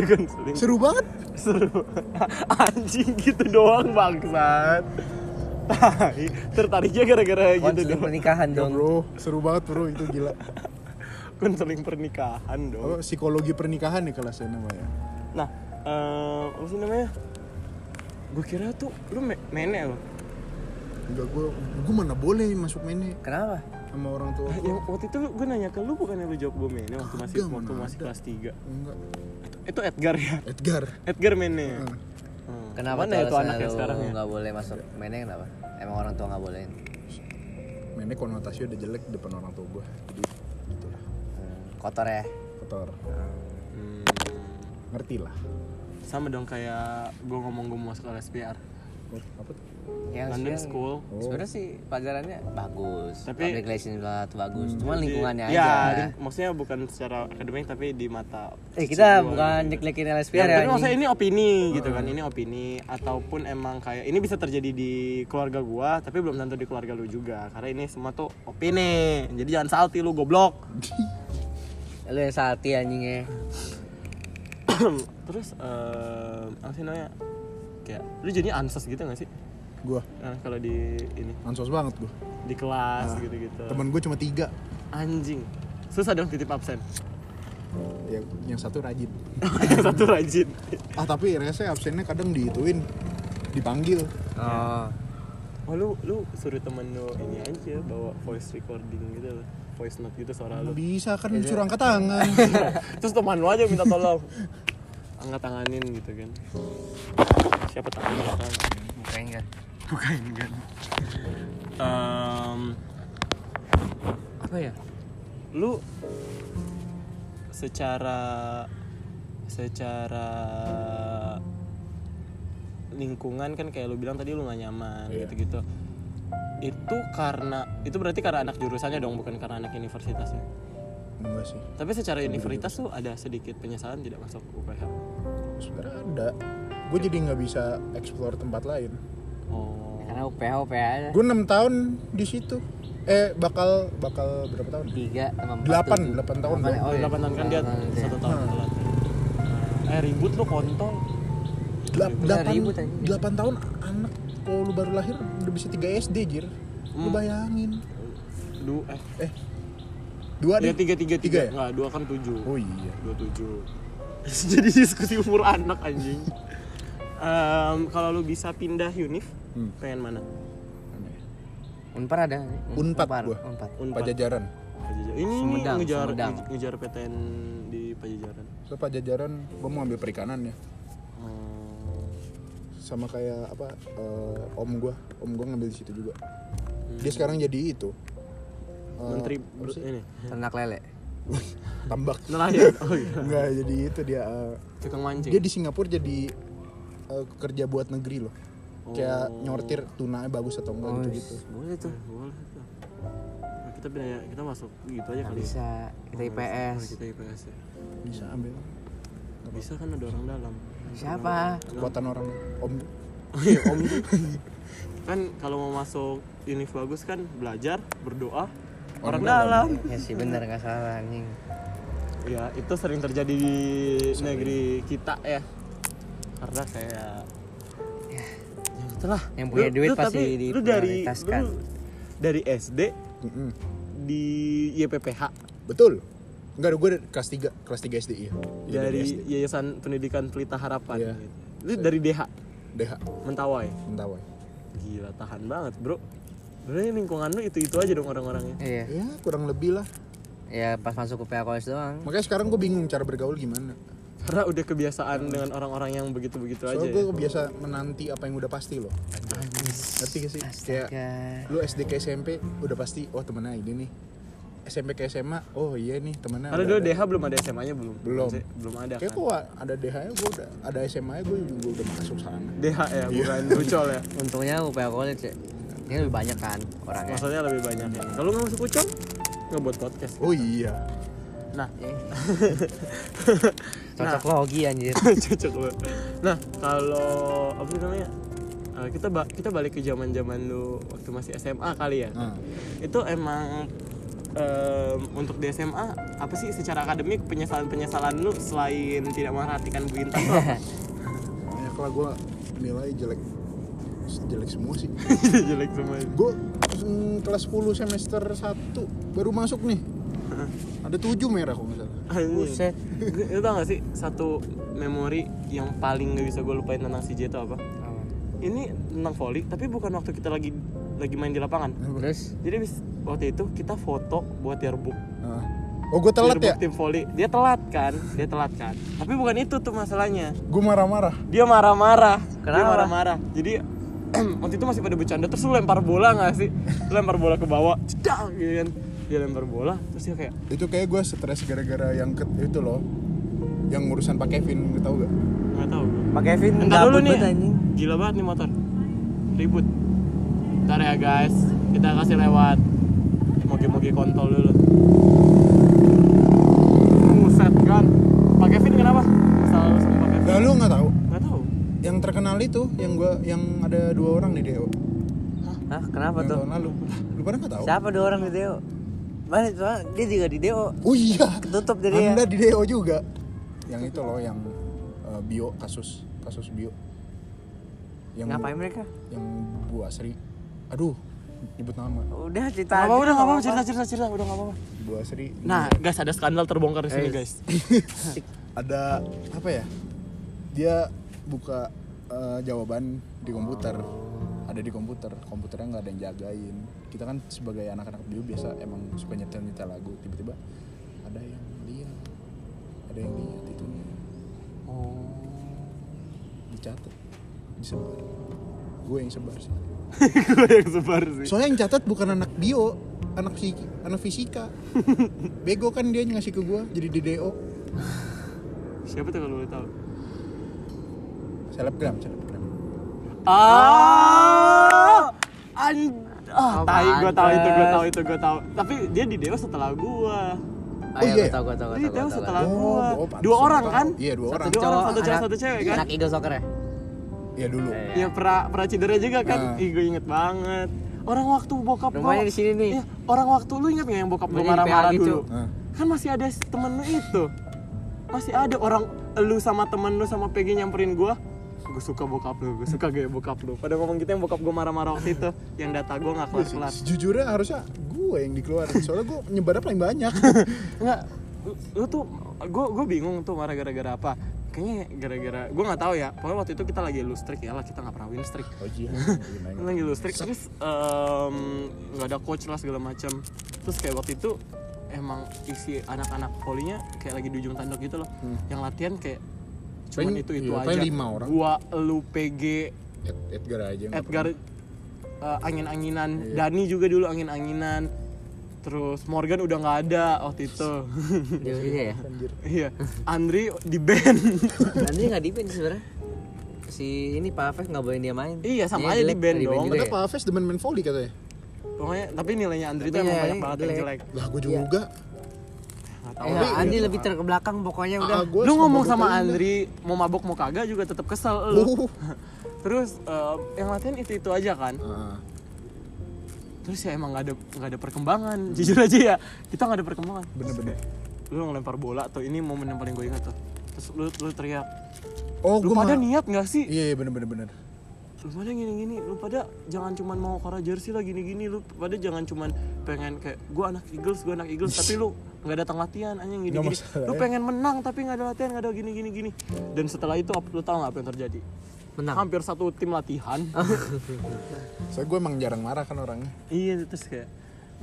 A: Konseling.
C: seru banget
A: Seru. Anjing gitu doang bangsat. Tai, tertariknya gara-gara gitu
B: konseling
A: doang.
B: pernikahan
C: ya
B: dong
C: bro seru banget bro itu gila
A: Konseling pernikahan dong.
C: apa psikologi pernikahan nih kelasnya namanya
A: Nah, eh apa sih namanya? Gue kira tuh lu me mene lo.
C: enggak gue gue mana boleh masuk mene
B: kenapa
C: sama orang tua gue
A: Yang Ya, waktu itu gue nanya ke lu bukannya lu jawab gue mene waktu masih
C: Kagak,
A: waktu
C: mana
A: masih
C: Oh, ada.
A: kelas 3.
C: enggak
A: Itu Edgar ya.
C: Edgar
A: Edgar mene.
C: Hmm.
A: Hmm.
B: kenapa
A: Mana
B: tuh
A: ya tuh
B: alasannya
A: anaknya
B: lu
A: sekarang ya?
B: nggak boleh masuk mainnya kenapa emang orang tua nggak bolehin
C: mene konotasi udah jelek di depan orang tua gue jadi gitu lah
B: Hmm, kotor ya
C: kotor
A: Hmm.
C: ngerti lah
A: Sama dong kayak gue ngomong gue mau masuk LSPR.
C: Gua- apa tuh?
B: yang
A: London
B: sebenarnya-
A: School.
B: Ya, sebenarnya sih pelajarannya bagus
A: Tapi-
B: public relation banget bagus cuma lingkungannya
A: Di- ya,
B: aja
A: di- maksudnya bukan secara akademik tapi di mata.
B: eh kita bukan nyek-nyekin LSPR ya
A: tapi maksudnya ini
B: anjing.
A: opini gitu kan, ini opini ataupun emang kayak ini bisa terjadi di keluarga gua, tapi belum tentu di keluarga lu juga. Karena ini semua tuh opini. Jadi jangan salty lu goblok.
B: lu yang
A: Ya.
B: salty ya. anjingnya
A: Terus eh apa sih namanya? Kayak lu jadi ansos gitu gak sih?
C: gue
A: Nah, kalau di ini
C: ansos banget gue
A: di kelas
B: Ah,
A: gitu-gitu.
C: temen gue cuma tiga
A: Anjing. Susah dong titip absen.
C: ya, yang satu rajin
A: Yang Satu rajin.
C: ah tapi rese absennya kadang diituin dipanggil
B: oh
A: Oh lu lu suruh temen lu ini aja bawa voice recording gitu loh. Voice note gitu suara lu.
C: bisa kan
A: Iya,
C: disuruh angkat tangan
A: terus teman lu aja minta tolong angkat tanganin gitu kan siapa tangan angkat tangan
B: bukan kan
A: bukan kan Em, apa ya lu secara secara lingkungan kan kayak lu bilang tadi lu gak nyaman
C: Iya.
A: gitu-gitu itu karena itu berarti karena anak jurusannya dong bukan karena anak universitasnya
C: enggak sih
A: tapi
B: Iya,
A: secara universitas tuh ada sedikit penyesalan tidak masuk UPH.
C: sebenarnya ada gue jadi nggak bisa explore tempat lain
A: Oh.
B: karena UPH UPH aja
C: gue 6 tahun di situ eh bakal bakal berapa tahun
A: Iya,
B: tiga sama empat,
C: Delapan,
B: tujuh.
C: delapan tahun, bro.
A: Oh,
B: iya.
A: 8 tahun kan dia
B: Delapan tahun,
A: satu
B: iya.
A: tahun telat. Eh ribut lu kontol.
C: Delap,
B: Udah
C: delapan,
B: ribut aja.
C: delapan tahun anak kalau lu baru lahir udah bisa 3 SD jir lu
A: Hmm.
C: bayangin
A: Du eh
C: eh dua
A: dia
C: deh
A: Iya, tiga tiga
C: Tiga
A: tiga
C: ya?
A: nggak dua kan tujuh
C: oh iya
A: dua tujuh. Jadi diskusi umur anak anjing. Em, kalau lu bisa pindah univ,
C: Hmm.
A: pengen mana?
B: unpar ada nggak sih?
C: Unpad gua.
B: unpad
A: Unpad. Pajajaran.
C: pajajaran
A: Ini, ini
B: Sumedang,
A: ngejar
B: Sumedang.
A: nge- ngejar PTN di Pajajaran.
C: so pajajaran gue mau ambil perikanan ya
A: Oh.
C: Eh, sama kayak apa eh, om gue om gue ngambil di situ juga dia sekarang jadi itu eh,
A: Hmm. Menteri
C: apa sih?
A: ini
B: ternak lele
C: tambak
A: nelayan. Oh iya.
C: Enggak, jadi itu dia eh,
A: Tukang mancing.
C: dia di Singapura jadi eh, kerja buat negeri loh kayak
A: Oh.
C: nyortir tunanya bagus atau enggak gitu gitu
B: Oh, boleh tuh
A: Eh, Boleh tuh. Nah, kita pindah kita masuk gitu aja
B: nggak
A: kali. ya.
B: bisa kita IPS
A: Nah, kita IPS ya.
C: bisa ambil
A: Bisa kan ada orang dalam.
B: siapa
C: kekuatan orang om
A: Oh iya, Om. kan kalau mau masuk univ bagus kan belajar, berdoa, orang, dalam.
B: ya sih bener nggak salah anjing
A: Ya, itu sering terjadi di negeri kita ya. Karena kayak ya, itulah
B: Yang punya duit pasti
A: tapi, lu dari
B: diprioritaskan.
A: lu dari SD
C: Mm-mm.
A: di YPPH
C: Betul. Enggak, gue kelas 3, kelas 3 SD ya. Iya,
A: dari
C: SD.
A: Yayasan Pendidikan Pelita
C: Iya.
A: Harapan gitu. Itu dari DH
C: DH
A: Mentawai.
C: Mentawai.
A: Gila tahan banget, Bro. Sebenarnya lingkungan lu itu-itu aja dong orang-orangnya.
B: Iya.
C: Ya, kurang lebih lah.
B: Ya pas masuk UPH College doang.
C: Makanya sekarang gue bingung cara bergaul gimana.
A: Karena udah kebiasaan
B: Nah.
A: dengan orang-orang yang begitu-begitu aja.
C: Soalnya
A: Ya.
C: gue biasa menanti apa yang udah pasti loh. Ngerti
A: Iya
C: gak sih? Kayak
B: Astaga.
C: lu SD ke SMP udah pasti oh temennya ini nih. SMP ke SMA, oh iya nih temennya.
A: Karena dulu
C: udah ada.
A: DH belum ada SMA-nya belum.
C: Belum.
A: sih? Belum ada
C: Kayak
A: kan.
C: kok ada DH nya gue udah ada SMA nya gue juga udah masuk sana.
A: DH ya, bukan Ucol ya.
B: Untungnya UPH College ya. Ini lebih banyak kan orangnya.
A: Maksudnya lebih banyak ya. Kalau nggak masuk Ucol, nggak buat podcast.
C: Oh iya.
A: Nah, Oh.
B: Iya. Cocok logi anjir.
A: cocok banget. Nah, kalau apa sih namanya? Eh, kita ba- kita balik ke zaman-zaman lu waktu masih SMA kali ya.
C: Nah,
A: Itu emang em, untuk di SMA apa sih secara akademik penyesalan-penyesalan lu selain tidak memperhatikan Bu Intan tuh apa?
C: ya kalau gue nilai jelek jelek semua sih.
A: jelek semua.
C: Gue kelas 10 semester 1 baru masuk nih. Ada 7 merah kok nggak salah.
A: Buset. Lu tau gak sih satu memori yang paling gak bisa gue lupain tentang si J itu apa? Ini tentang volley, tapi bukan waktu kita lagi lagi main di lapangan.
B: Terus
A: Jadi abis- waktu itu kita foto buat yearbook.
C: Nah. Oh gue telat ya?
A: Yearbook tim volley. Dia telat kan? Dia telat kan? Tapi bukan itu tuh masalahnya.
C: Gue marah-marah.
A: Dia marah-marah. Dia
B: Kenapa?
A: marah-marah. Jadi waktu itu masih pada bercanda terus lu lempar bola gak sih? Lu lempar bola ke bawah, cedak gitu kan. Dia lempar bola terus dia kayak
C: itu kayak gue stres gara-gara yang ke, itu loh yang urusan pak Kevin lu tau gak
A: nggak tahu.
B: Pak Kevin
A: Entar dulu
B: gabut
A: nih.
B: banget anjing.
A: Gila banget nih motor. Ribut. Ntar ya guys, kita kasih lewat. Moge-moge kontol dulu. Buset kan. Pak Kevin kenapa? Masalah lu sama Pak Kevin.
C: lah lu nggak tahu
A: Gak tahu.
C: yang terkenal itu yang gue yang ada dua orang di Deo
B: Hah, kenapa
C: yang
B: tuh?
C: tahun lalu lu pada nggak tahu
B: Siapa dua orang di Deo? Mana soalnya dia juga di Deo.
C: oh iya
B: Ketutup jadi ya.
C: anda di Deo juga yang itu loh yang eh, bio kasus kasus bio yang
B: Ngapain mereka?
C: yang Bu Asri aduh nyebut nama
B: Udah
A: Gak
B: cerita. aja, Oh
A: apa udah gak apa-apa
B: nggak
A: cerita cerita cerita udah gak apa-apa.
C: Bu Asri
A: Nah, guys ada skandal terbongkar di sini
B: Eh.
A: guys.
C: ada apa ya dia buka eh, jawaban di komputer ada di komputer komputernya nggak ada yang jagain kita kan sebagai anak-anak bio biasa emang suka nyetel nyetel lagu tiba-tiba ada yang lihat ada yang lihat itu
A: Oh.
C: dicatat disebar gue yang sebar sih
A: Gue yang sebar sih.
C: soalnya yang catat bukan anak bio anak fisika anak fisika bego kan dia ngasih ke gue jadi DDO
A: Siapa tuh kalau boleh tahu?
C: selebgram selebgram
A: Ah, an ah,
B: Apaan
A: tai gue tahu itu gue
B: Bas?
A: tahu itu gue tahu. Tapi dia di Dewa setelah gue.
B: apa-apa.
C: Oh,
B: Ayo,
C: iya.
B: gua tau, gua tau, gua
A: Dia di
B: tau,
A: Dewa
B: gua tau,
A: setelah
B: gua
C: Oh,
A: gue.
C: oh, pantes
A: Dua
C: gua
A: orang
C: tahu.
A: kan?
C: Iya, dua
B: tau.
C: orang.
A: Dua orang, satu cowok,
B: anak-
A: satu cewek, kan?
B: Anak Eagle Soccer ya?
C: ya dulu
A: Iya pra pra cedera juga kan?
C: Ah.
A: Ih gue inget banget. Orang waktu bokap gua-
B: Rumahnya di sini nih.
A: Iya, orang waktu lu inget gak yang bokap gue
B: Rumahnya di
A: marah-marah
B: PA gitu.
A: dulu?
C: Nah.
A: kan masih ada temen lu itu masih ada orang lu sama temen lu sama Peggy nyamperin gua gue suka bokap lu gue suka gaya bokap lu pada ngomong gitu yang bokap gue marah-marah waktu itu yang data gue nggak kelar kelar
C: Sejujurnya harusnya gue yang dikeluarin Soalnya gue nyebarnya paling banyak
A: nggak lu, lu tuh gue gue bingung tuh marah gara-gara apa kayaknya gara-gara gue nggak tahu ya pokoknya waktu itu kita lagi lu streak ya lah kita nggak pernah win streak
C: Oh iya
A: Kita lagi lu streak terus em, nggak ada coach lah segala macam terus kayak waktu itu emang isi anak-anak polinya kayak lagi di ujung tanduk gitu loh yang latihan kayak cuman
C: Hmm. Paling-
A: itu itu
C: iya,
A: aja
C: paling lima orang.
A: gua lu PG
C: Edgar aja nggak
A: Edgar eh,
C: Iya,
A: angin-anginan Dani juga dulu angin-anginan terus Morgan udah nggak ada waktu itu
B: Jauh dia ya?
C: pernah. Anjir
A: iya Andri di band
B: Nanti nggak di band sih sebenarnya. Si ini Pak Afif nggak boleh dia main.
A: Iya, sama aja di
B: Dia jelek,
A: band dong.
B: juga
C: Ada
B: ya?
C: Pak Hafiz demen main volley katanya
A: pokoknya tapi nilainya Andri
B: Tapi
A: tuh emang
B: nilainya
A: banyak banget yang
B: jelek.
A: jelek
C: Lah gue juga
A: Nggak tahu.
B: Eh, Andi lebih terkebelakang pokoknya udah.
C: Ah, gua
A: lu
C: suka
A: ngomong
C: mabok
A: sama
C: kali ini.
A: Andri mau mabok mau kagak juga tetap kesel lu
C: Uh.
A: terus eh, yang latihan itu itu aja kan
C: Ah.
A: terus ya emang nggak ada nggak ada perkembangan jujur aja ya kita nggak ada perkembangan
C: Bener-bener
A: lu ngelempar bola tuh ini momen yang paling gue ingat tuh terus lu lu teriak
C: Oh
A: lu
C: gue
A: pada
C: mah
A: niat nggak sih
C: Iya iya bener-bener bener.
A: lu pada gini-gini lu pada jangan cuman mau kara jersey lah gini-gini lu pada jangan cuman pengen kayak gua anak Eagles gua anak Eagles tapi lu nggak datang latihan anjing gini, gini.
C: masalah,
A: lu pengen menang tapi nggak ada latihan nggak ada gini gini gini dan setelah itu apa- lu tahu nggak apa yang terjadi
B: Menang.
A: hampir satu tim latihan
C: Soalnya gue emang jarang marah kan orangnya.
A: Iya terus kayak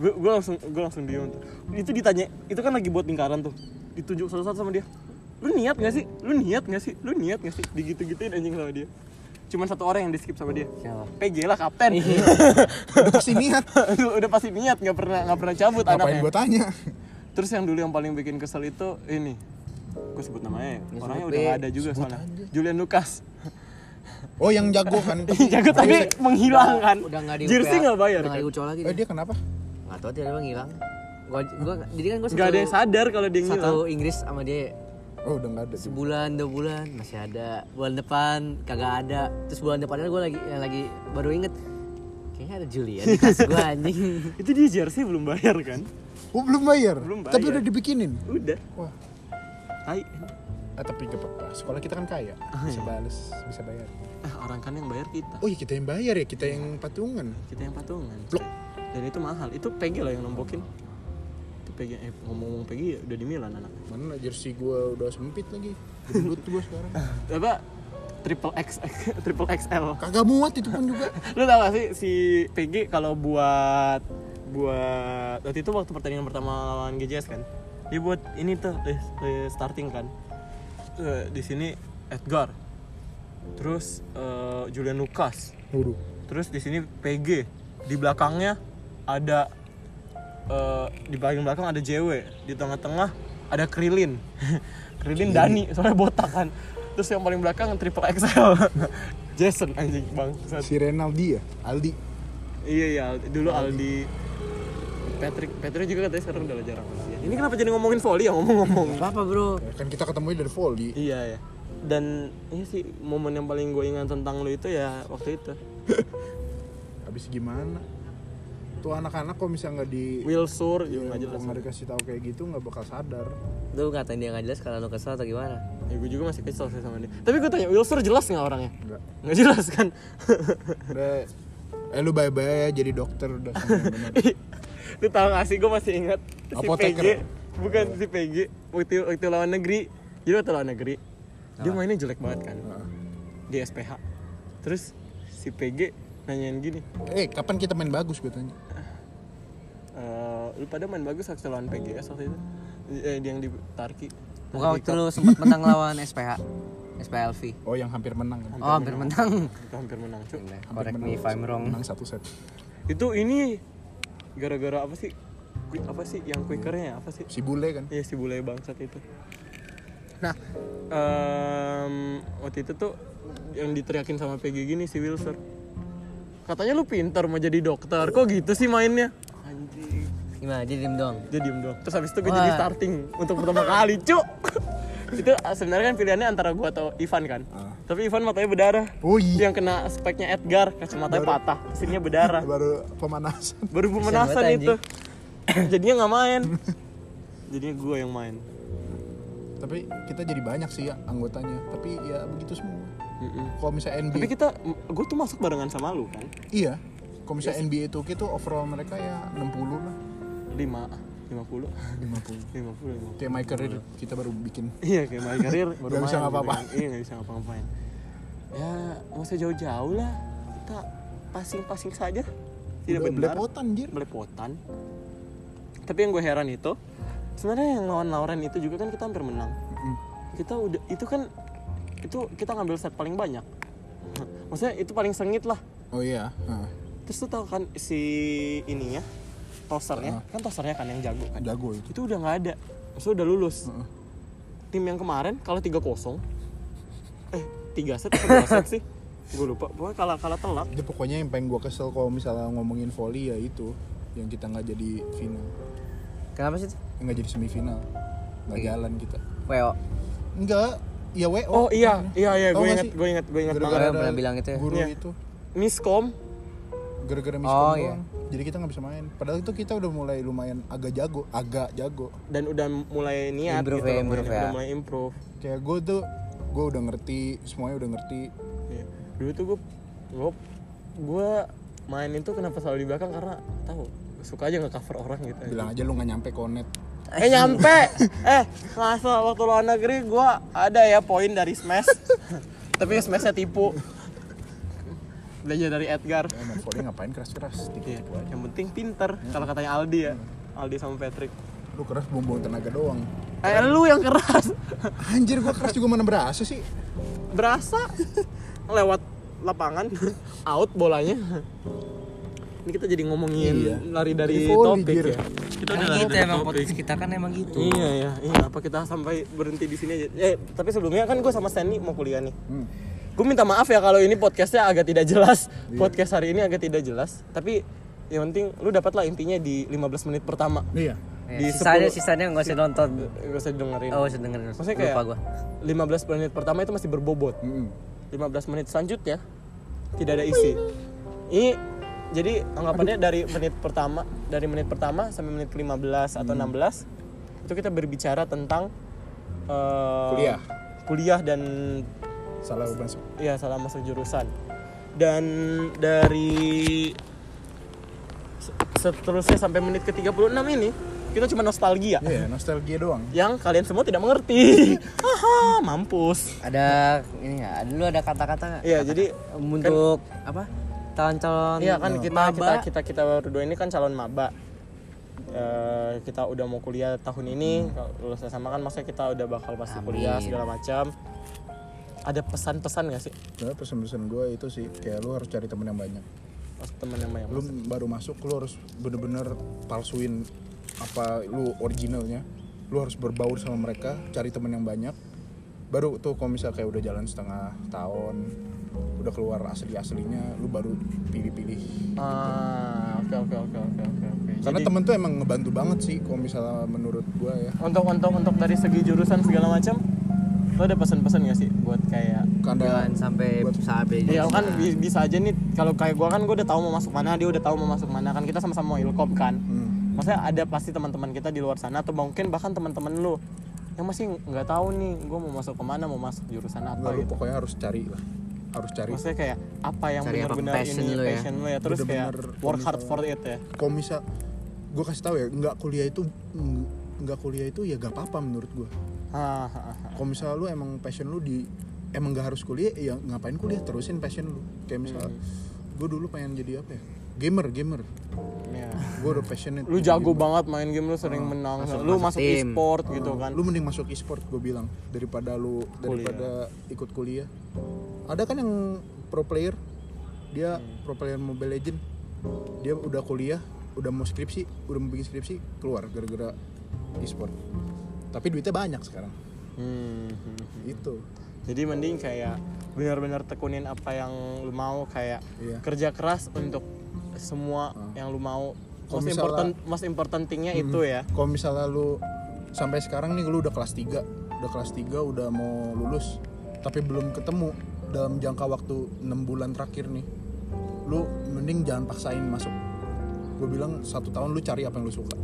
A: gue gue langsung gue langsung diem tuh. Itu ditanya, itu kan lagi buat lingkaran tuh. Ditunjuk satu-satu sama dia. Lu niat gak sih? Lu niat gak sih? Lu niat gak sih? Digitu-gituin anjing sama dia. Cuman satu orang yang di skip sama dia.
B: Siapa?
A: PJ lah kapten.
C: Udah pasti niat.
A: Lu udah pasti niat nggak pernah nggak pernah cabut
C: Ngapain
A: anaknya.
C: gue tanya?
A: Terus yang dulu yang paling bikin kesel itu ini. Gue sebut namanya ya.
B: Ya,
A: Orangnya
B: sebut,
A: udah
B: Pi.
A: gak ada juga soalnya. Julian Lukas.
C: Oh yang jago kan? Tapi-
A: Jago tapi menghilang kan.
B: udah nggak di
A: Jersey
B: UPA,
A: nggak bayar
B: udah nggak
A: kan.
B: di ucol lagi
C: Eh dia kenapa?
B: nggak tahu tiba-tiba ngilang gua gua jadi kan gua
A: Gak ada yang sadar kalau dia
B: satu
A: ngilang.
B: Inggris sama dia
C: Oh udah nggak ada. juga.
B: sebulan dua bulan masih ada bulan depan kagak ada terus bulan depannya gua lagi yang lagi baru inget kayaknya ada Julian di tas gua anjing
A: Itu dia jersey belum bayar kan.
C: Oh belum bayar.
A: Belum
C: Tapi
A: bayar.
C: udah dibikinin.
A: Udah.
C: Wah.
A: Tai.
C: Ah, tapi gak apa-apa. Sekolah kita kan kaya.
A: Ah, iya.
C: Bisa bales, bisa bayar.
A: Eh, orang kan yang bayar kita.
C: Oh iya kita yang bayar ya, kita yang patungan.
A: Kita yang patungan.
C: Blok.
A: Dan itu mahal. Itu PG lah yang nombokin. Itu PG eh, ngomong-ngomong PG ya, udah di Milan anak.
C: Mana jersey gue udah sempit lagi. Gendut gue sekarang.
A: Apa triple X triple XL.
C: Kagak muat itu pun juga.
A: Lu tau gak sih si PG kalau buat buat waktu itu waktu pertandingan pertama lawan GJS kan. Dia buat ini tuh list- list starting kan. Eh, di sini Edgar. Terus eh, Julian Lucas.
C: Waduh.
A: Terus di sini PG. Di belakangnya ada eh, di bagian belakang ada JW. Di tengah-tengah ada Krilin. Krilin Dani, soalnya botak kan. Terus yang paling belakang triple XL. Jason anjing bang.
C: Si Renaldi ya? Aldi.
A: Iya iya, Aldi. dulu Aldi Patrick, Patrick juga katanya sekarang udah jarang Iya. latihan. Ini kenapa jadi ngomongin volley ya ngomong-ngomong?
B: apa apa bro
C: Ya, kan kita ketemunya dari volley.
A: Iya ya. Dan iya sih momen yang paling gue ingat tentang lu itu ya waktu itu.
C: Habis gimana? Tuh anak-anak kok bisa nggak di
A: Will Sur juga nggak jelas.
C: Kalau nggak dikasih tahu kayak gitu nggak bakal sadar.
B: lu ngatain dia nggak jelas karena lu kesel atau gimana
A: Ya gue juga masih kesel sih sama dia. Tapi gue tanya, Wilsur jelas nggak orangnya?
C: Enggak.
A: Nggak jelas kan?
C: Udah. Eh lu bye-bye ya jadi dokter udah sama yang bener.
A: Lu tau gak sih, gue masih ingat si
C: Apoteker.
A: PG Bukan si PG, waktu, waktu lawan negeri Jadi waktu lawan negeri Dia mainnya jelek banget kan
C: Nah.
A: Di SPH Terus si PG nanyain gini
C: Eh kapan kita main bagus gue tanya.
A: "Eh, Lu pada main bagus waktu lawan PGS waktu itu eh, Yang di Tarki
B: bukan waktu lu sempat menang lawan SPH SPLV
C: Oh yang hampir menang kan?
B: oh hampir menang
A: Kita hampir menang cuy
B: correct me if I'm wrong
C: Menang satu set.
A: Itu ini Gara-gara apa sih? Quick- Apa sih yang quickernya apa sih?
C: Si bule kan?
A: Iya si bule bangsat itu. Nah, em, waktu itu tuh yang diteriakin sama PG gini si Wilson. Katanya lu pintar mau jadi dokter, kok gitu sih mainnya? Anjing.
B: gimana jadi diem dong
A: Dia diem doang. Terus habis itu gue jadi
B: Wah.
A: starting untuk pertama kali, cuk. itu sebenarnya kan pilihannya antara gua atau Ivan kan.
C: Ah.
A: Tapi Ivan matanya berdarah.
C: Oh iya.
A: Yang kena speknya Edgar, kacamatanya patah, sininya berdarah.
C: Baru pemanasan.
A: Baru pemanasan
B: banget,
A: itu. Jadinya nggak main. Jadinya gua yang main.
C: Tapi kita jadi banyak sih ya anggotanya. Tapi ya begitu semua.
A: Mm-mm.
C: Kalau misalnya NBA,
A: Tapi kita, gue tuh masuk barengan sama lu kan?
C: iya. Kalau misalnya NBA itu itu overall mereka ya 60 lah,
A: 5, 50,
C: 50.
A: 50, 50.
C: Kayak my career kita baru bikin.
A: Iya kayak main karir baru
C: Nggak
A: main
C: bisa
A: gitu
C: ngapa-ngapain.
A: kan. Iya gak bisa ngapa-ngapain Ya nggak usah jauh-jauh lah Kita pasing-pasing saja Tidak
C: Udah
A: benar
C: belepotan, anjir.
A: Belepotan Tapi yang gue heran itu sebenarnya yang lawan Lauren itu juga kan kita hampir menang
C: Mm.
A: Kita udah, itu kan Itu kita ngambil set paling banyak Maksudnya itu paling sengit lah
C: Oh iya. Nah,
A: Terus tuh tau kan si ininya Tosernya, kan tosernya kan yang jago kan
C: Ah, jago itu.
A: Itu udah nggak ada, maksudnya udah lulus
C: Heeh.
A: Tim yang kemarin kalah 3-0 Eh, 3 set atau 2 set sih? Gue lupa, pokoknya kalah, kalah telak
C: Itu pokoknya yang pengen gue kesel kalau misalnya ngomongin volley ya itu yang kita nggak jadi final,
B: kenapa sih itu?
C: Yang nggak jadi semifinal, nggak
A: Iya.
C: jalan kita.
B: Weo
C: Enggak, ya WO.
A: Oh iya, iya, iya, gue
C: Tau nggak
A: inget,
C: sih?
A: gue inget, gue inget
C: Gara-gara
A: banget
B: Weo pernah bilang itu ya?
C: Guru
A: Iya.
C: itu
A: Miskom,
C: gara-gara miss
B: Oh,
C: call
B: iya.
C: doang. Jadi kita nggak bisa main. Padahal itu kita udah mulai lumayan agak jago, agak jago.
A: dan udah mulai niat gitu
B: Improve ya,
A: loh,
B: improve
A: udah
B: ya.
A: mulai improve
C: Kayak gue tuh, gue udah ngerti, semuanya udah ngerti.
A: Iya. Dulu tuh gue gue gue main itu kenapa selalu di belakang karena tahu suka aja nge cover orang gitu
C: bilang aja lu nggak nyampe konet
A: eh nyampe eh masa waktu luar negeri gue ada ya poin dari smash tapi smashnya tipu belajar dari Edgar
C: ya, Marfoldi ngapain keras keras
A: Iya,
C: tipu aja
A: yang penting pinter kalau katanya Aldi ya Aldi sama Patrick
C: lu keras buang buang tenaga doang
A: eh lu yang keras
C: anjir gua keras juga mana berasa sih
A: berasa lewat lapangan out bolanya ini kita jadi ngomongin
C: Iya.
A: lari dari
C: Volley,
A: topik
C: Jir.
A: ya kita
B: Kan gitu emang podcast kita kan emang gitu.
A: iya ya iya apa kita sampai berhenti di sini aja eh tapi sebelumnya kan gue sama Stanley mau kuliah nih
C: Hmm.
A: gue minta maaf ya kalau ini podcastnya agak tidak jelas podcast hari ini agak tidak jelas tapi yang penting lu dapatlah intinya di 15 menit pertama
C: iya
B: Ya,
A: Di
B: sisanya
A: 10
B: sisanya nggak usah nonton.
A: gak usah dengerin
B: Oh, usah dengerin.
A: maksudnya kayak
B: Lupa gua.
A: 15 menit pertama itu masih berbobot
C: Mm-mm.
A: 15 menit selanjutnya tidak ada isi. Ini jadi anggapannya dari menit pertama dari menit pertama sampai menit 15 atau 16 itu kita berbicara tentang eh,
C: Kuliah.
A: kuliah dan
C: salah gua masuk
A: ya salah masuk jurusan. Dan dari se- seterusnya sampai menit ke-36 ini kita cuma nostalgia
C: iya nostalgia doang
A: yang kalian semua tidak mengerti. Haha, mampus.
B: Ada ini nggak? Ada lu ada kata-kata nggak?
A: Iya, jadi
B: Untuk apa? Calon-calon.
A: Iya kan kita, kita
B: maba.
A: kita kita berdua ini kan calon maba. Eh, kita udah mau kuliah tahun ini kalau lulusnya sama kan maksudnya kita udah bakal pasti kuliah
B: Amin.
A: segala macam. Ada pesan-pesan gak sih
C: Nah, pesan-pesan gue itu sih kayak lu harus cari temen yang banyak.
A: pas temen yang banyak?
C: Lu baru masuk lu harus bener-bener palsuin apa lu originalnya. Lu harus berbaur sama mereka, cari temen yang banyak. Baru tuh kalau misal kayak udah jalan setengah tahun, udah keluar asli-aslinya, lu baru pilih-pilih.
A: Ah, oke oke oke oke oke. oke.
C: Karena
A: Jadi,
C: temen tuh emang ngebantu banget sih kalau misalnya menurut gue ya.
A: untuk untuk untuk dari segi jurusan segala macam, lo ada pesan-pesan gak sih buat kayak
C: Karena
B: jangan sampai
C: Buat-
B: sampai
A: Iya kan bi- bisa aja nih kalau kayak gua kan gua udah tahu mau masuk mana dia udah tahu mau masuk mana kan kita sama-sama mau ilkom kan
C: Hmm.
A: maksudnya ada pasti teman-teman kita di luar sana atau mungkin bahkan teman-teman lu yang masih nggak tahu nih gue mau masuk kemana mau masuk jurusan apa
C: lu
A: gitu
C: pokoknya harus cari lah. Harus cari.
A: maksudnya kayak apa yang
B: Cari apa
A: benar-benar
B: passion
A: ini
B: lu ya.
A: passion lu ya terus kayak
C: Bener-bener
A: work hard
C: komitmen.
A: for it ya
C: kalau misal gue kasih tahu ya nggak kuliah itu nggak kuliah itu ya gak apa-apa menurut gue
A: Ah, ah, ah.
C: kalau misal lu emang passion lu di emang gak harus kuliah ya ngapain kuliah terusin passion lu kayak misal
A: Hmm.
C: gue dulu pengen jadi apa ya gamer gamer
A: Iya.
C: gue udah passionate
A: lu
C: jadi
A: jago
C: gamer.
A: banget main game lu sering menang
B: masuk-
A: lu masuk
B: masuk tim.
A: e-sport gitu kan
C: Ah, lu mending masuk e-sport gue bilang daripada lu daripada ikut kuliah ada kan yang pro player dia
A: Hmm.
C: pro player mobile legend dia udah kuliah udah mau skripsi udah mau bikin skripsi keluar gara-gara e-sport tapi duitnya banyak sekarang Gitu.
A: Hmm, hmm.
C: itu
A: jadi mending kayak benar-benar tekunin apa yang lu mau kayak
C: Iya. Ah.
A: kerja keras untuk semua yang lu mau
C: Kalau
A: most
C: misalnya- Mm-hmm.
A: important most important thingnya itu ya
C: kalau misalnya lu sampai sekarang nih lu udah kelas 3 udah kelas 3 udah mau lulus tapi belum ketemu dalam jangka waktu 6 bulan terakhir nih lu mending jangan paksain masuk gue bilang satu tahun lu cari apa yang lu suka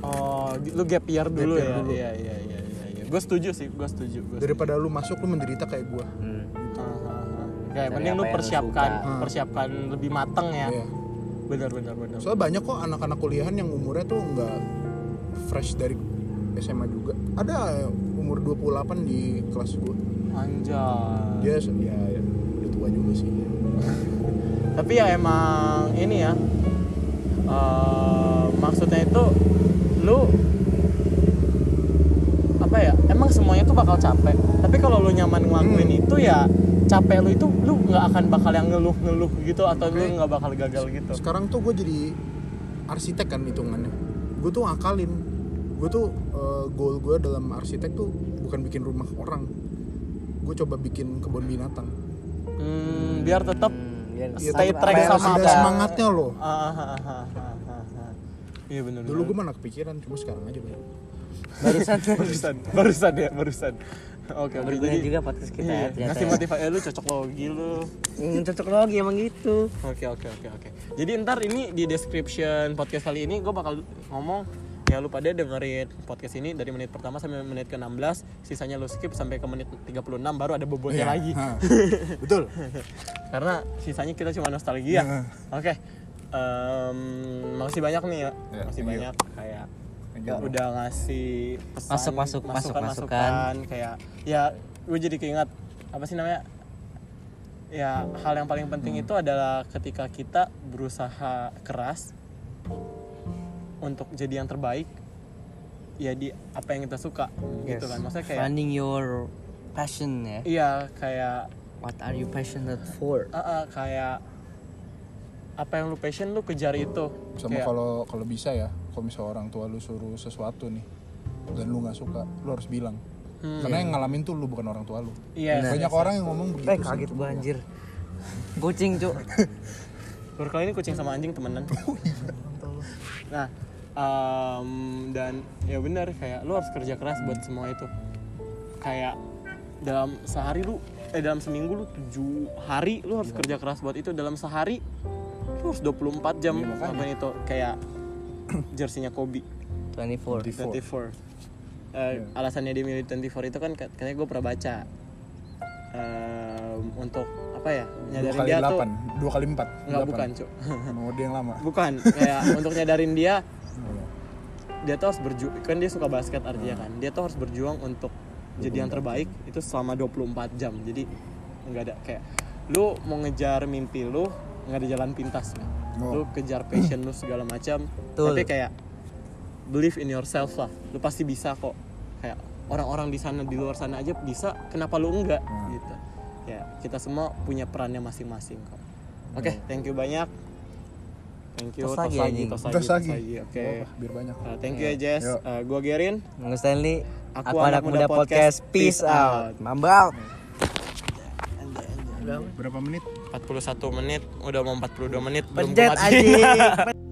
A: Oh, lu gap year dulu
C: year
A: ya?
C: dulu.
A: Iya, iya, iya, iya. iya. Gue setuju sih, gue setuju. Gua setuju.
C: daripada lu masuk lu menderita kayak gue
B: Hmm.
A: Aha, aha. Kayak mending
B: Dari
A: lu
B: apa yang lu
A: persiapkan,
C: suka. Hmm.
A: persiapkan lebih mateng ya.
C: Iya.
A: Bener, bener, bener.
C: soalnya banyak kok anak-anak kuliahan yang umurnya tuh nggak fresh dari SMA juga ada umur 28 di kelas gue
A: Anjay.
C: dia ya, ya udah tua juga sih
A: Tapi ya emang ini ya. eh, maksudnya itu lu apa ya? Emang semuanya tuh bakal capek. Tapi kalau lu nyaman ngelakuin itu ya capek lu itu lu nggak akan bakal yang ngeluh-ngeluh gitu atau lu
C: Oke.
A: nggak bakal gagal gitu.
C: sekarang tuh gue jadi arsitek kan hitungannya gue tuh akalin gue tuh eh, goal gue dalam arsitek tuh bukan bikin rumah orang gue coba bikin kebun binatang
A: Hmm, biar tetap
B: biar-
A: Stay
B: Iya, apa-
A: track
B: apa yang
A: sama
B: lu
C: ada
A: apa?
B: suka.
C: semangatnya loh
A: Ah, ah, ah, ah, ah, ah, ah. Iya benar.
C: dulu gue mana kepikiran cuma sekarang aja
A: Iya.
C: baru
A: barusan barusan barusan ya barusan. Oke oke
B: Berguna juga podcast kita ya,
A: iya,
B: ternyata
A: ngasih
B: ya.
A: motivasi eh, lu cocok logi lu.
B: Hmm, cocok lagi emang gitu.
A: Oke oke oke oke. Jadi ntar ini di description podcast kali ini gue bakal ngomong ya lu pada dengerin podcast ini dari menit pertama sampai menit ke-16 sisanya lu skip sampai ke menit 36 baru ada bobotnya
C: Iya.
A: lagi
C: Ha. Betul.
A: karena sisanya kita cuma nostalgia
C: Heeh.
A: oke Em, makasih banyak nih ya
C: Ya,
A: makasih
C: thank you.
A: banyak kayak
C: Thank you, bro.
A: udah ngasih pesan
B: Masuk, masuk, masuk, kan.
A: masukan
B: masukan.
A: masukan kayak ya gue jadi keinget apa sih namanya ya hal yang paling penting itu adalah ketika kita berusaha keras untuk jadi yang terbaik ya di apa yang kita suka gitu kan maksudnya kayak
B: finding your passion ya
A: iya kayak
B: what are you passionate for
A: Ah, ah, kayak apa yang lu passion lu kejar itu
C: Sama
A: Kayak,
C: kalau kalau bisa ya, kalau misalnya orang tua lu suruh sesuatu nih dan lu nggak suka, lu harus bilang.
A: Hmm.
C: Karena yang ngalamin tuh lu bukan orang tua lu.
A: iya
C: Banyak orang yang ngomong begitu.
B: eh
A: Gitu
C: sih.
B: kaget gua anjir kucing cuk
A: Baru kali ini kucing sama anjing temenan.
C: Oh, iya.
A: nah, em, dan ya benar kayak lu harus kerja keras buat semua itu. Kayak dalam sehari lu eh dalam seminggu lu 7 hari lu
C: Iya.
A: harus kerja keras buat itu dalam sehari lu harus 24 jam
C: Iya, makanya.
A: ngapain itu kayak jersinya Kobe
B: 24
C: Before.
A: 24.
C: Iya.
A: Eh, Alasannya dia milih 24 itu kan kat- katanya gue pernah baca Em, untuk apa ya
C: Dua
A: nyadarin
C: kali
A: dia tuh
C: delapan, dua kali empat.
A: nggak
C: delapan.
A: bukan cuk
C: Mau dia yang lama.
A: bukan kayak untuk nyadarin dia dia tuh harus berjuang kan dia suka basket artinya kan dia tuh harus berjuang untuk jadi yang terbaik itu selama 24 jam jadi nggak ada kayak lu mau ngejar mimpi lu nggak ada jalan pintas kan lu
C: Oh.
A: kejar passion lu segala macam
B: Betul.
A: tapi kayak believe in yourself lah lu pasti bisa kok kayak orang-orang di sana di luar sana aja bisa kenapa lu enggak
B: Hmm.
A: gitu ya kita semua punya perannya masing-masing kok oke thank you banyak thank you
B: Tos lagi, Hmm. anjing.
A: tos lagi
C: Terus
A: tos
C: lagi.
A: lagi oke
C: Nggak apa-apa, biar banyak.
A: Uh, thank you ya Jess.
C: Yo.
A: Uh, gua Gerin.
B: Nunggu Stanley
A: Aku anak muda podcast. Peace out.
B: Mambal
C: Berapa menit?
A: 41 menit, udah mau 42 menit. belum
B: Pencet
A: kumat.
B: aja